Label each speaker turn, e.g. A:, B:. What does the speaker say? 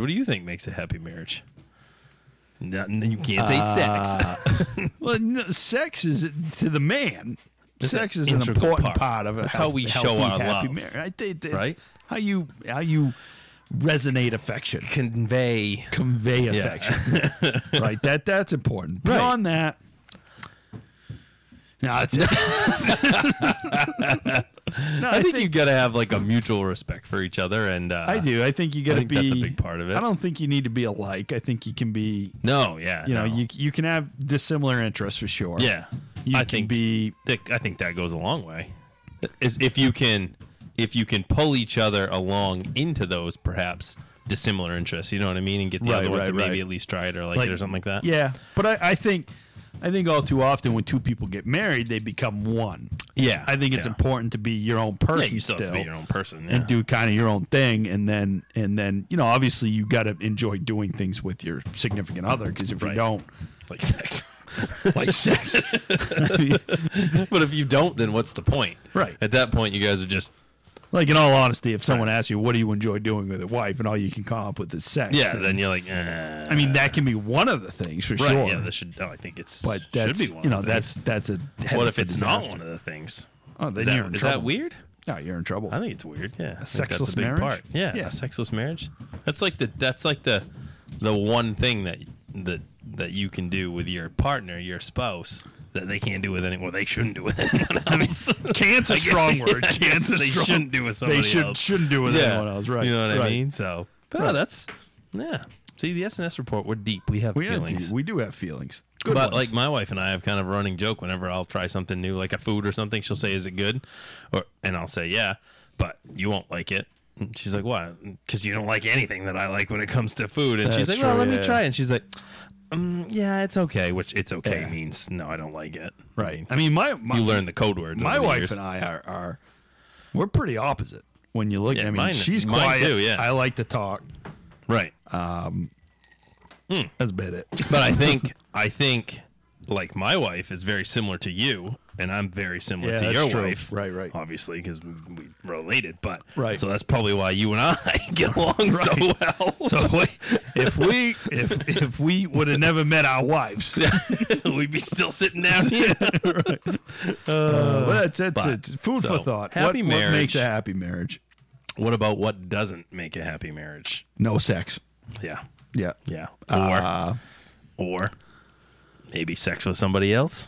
A: What do you think makes a happy marriage? Nothing. You can't say
B: Uh,
A: sex.
B: Well, no, sex is to the man.
A: It's
B: sex
A: an
B: is an
A: integral
B: important
A: part.
B: part, of a
A: That's
B: health-
A: how we
B: healthy,
A: show our
B: happy
A: love,
B: marriage. I think that's
A: right?
B: How you how you resonate affection,
A: Convey.
B: convey
A: Yeah.
B: affection, right? That that's important.
A: Right.
B: Beyond that, no, it's, no,
A: I
B: I
A: think,
B: think
A: you've got to have like a mutual respect for each other, and uh,
B: I do. I think you got to
A: think
B: be.
A: that's a big part of it.
B: I don't think you need to be alike. I think you can be.
A: No, yeah,
B: You know,
A: no.
B: you you can have dissimilar interests for sure.
A: yeah.
B: you
A: I
B: can
A: think
B: be.
A: that- I think that goes a long way. Is if you can, if you can pull each other along into those perhaps dissimilar interests, you know what I mean, and get the
B: Right,
A: other one to
B: right,
A: maybe
B: right.
A: at least try it or like,
B: Like-
A: it or something like that.
B: Yeah, but I, I think, I think all too often when two people get married, they become one.
A: yeah.
B: I think it's
A: yeah.
B: important to be your own person
A: Yeah, you still,
B: still,
A: have to be your own person. Yeah.
B: and do kind of your own thing, and then and then you know obviously you got to enjoy doing things with your significant other because if
A: Right.
B: you don't
A: like sex.
B: like sex, I mean,
A: but if you don't, then what's the point?
B: Right.
A: At that point, you guys are just
B: like in all honesty, if someone
A: Right.
B: asks you what do you enjoy doing with your wife, and all you can come up with is sex,
A: yeah. Then you're like, eh.
B: I mean that can be one of the things for
A: right?
B: sure.
A: Yeah, this should. oh, I think it's
B: but
A: should
B: that's
A: be one.
B: you
A: of
B: know
A: the
B: that's
A: things.
B: that's a
A: what if it's not one of the things?
B: Oh, then
A: Is, that-
B: you're in
A: is
B: trouble.
A: that weird?
B: No, you're in trouble.
A: I think it's weird. Yeah, I think that's
B: sexless
A: a big
B: marriage?
A: Part. Yeah,
B: Yeah.
A: a sexless marriage. That's like the that's like the the one thing that that that you can do with your partner, your spouse, that they can't do with anyone. Well, they shouldn't do with anyone else.
B: Can't a strong word.
A: Yes,
B: Can't a
A: they
B: strong-
A: shouldn't do with somebody
B: They should,
A: else.
B: shouldn't do with anyone else, right?
A: You know what I
B: right.
A: mean? So, no,
B: Right.
A: that's yeah. See, the SNS report, we're deep. We have
B: We, have-
A: feelings.
B: we do have feelings. Good
A: but
B: ones.
A: like my wife and I have kind of a running joke whenever I'll try something new, like a food or something, she'll say, "Is it good?" Or and I'll say, "Yeah," but you won't like it. And she's like, "Why?" Because you don't like anything that I like when it comes to food. And she's like,
B: That's
A: "Well,
B: true,
A: let me
B: yeah.
A: try." it. And she's like, um, "Yeah, it's okay." Which "it's okay"
B: Yeah.
A: means no, I don't like it.
B: right. I mean, my my,
A: You learn the code words.
B: my
A: over the
B: wife
A: years.
B: and I are are we're pretty opposite when you look.
A: Yeah,
B: I mean,
A: mine-
B: she's
A: mine
B: quiet.
A: too, yeah.
B: I like to talk.
A: right?
B: That's about it.
A: but I think I think like my wife is very similar to you, and I'm very similar
B: Yeah,
A: to
B: that's
A: your
B: true.
A: wife,
B: Right, right.
A: Obviously, because we related, but
B: Right.
A: So that's probably why you and I get along so well.
B: So we- if we if if we would have never met our wives,
A: we'd be still sitting down here.
B: Uh, but that's, that's
A: but-
B: it's food
A: so,
B: for thought.
A: happy
B: what, what
A: marriage.
B: makes a happy marriage?
A: what about what doesn't make a happy marriage?
B: No sex.
A: Yeah,
B: Yeah.
A: yeah. Or
B: Uh,
A: or maybe sex with somebody else.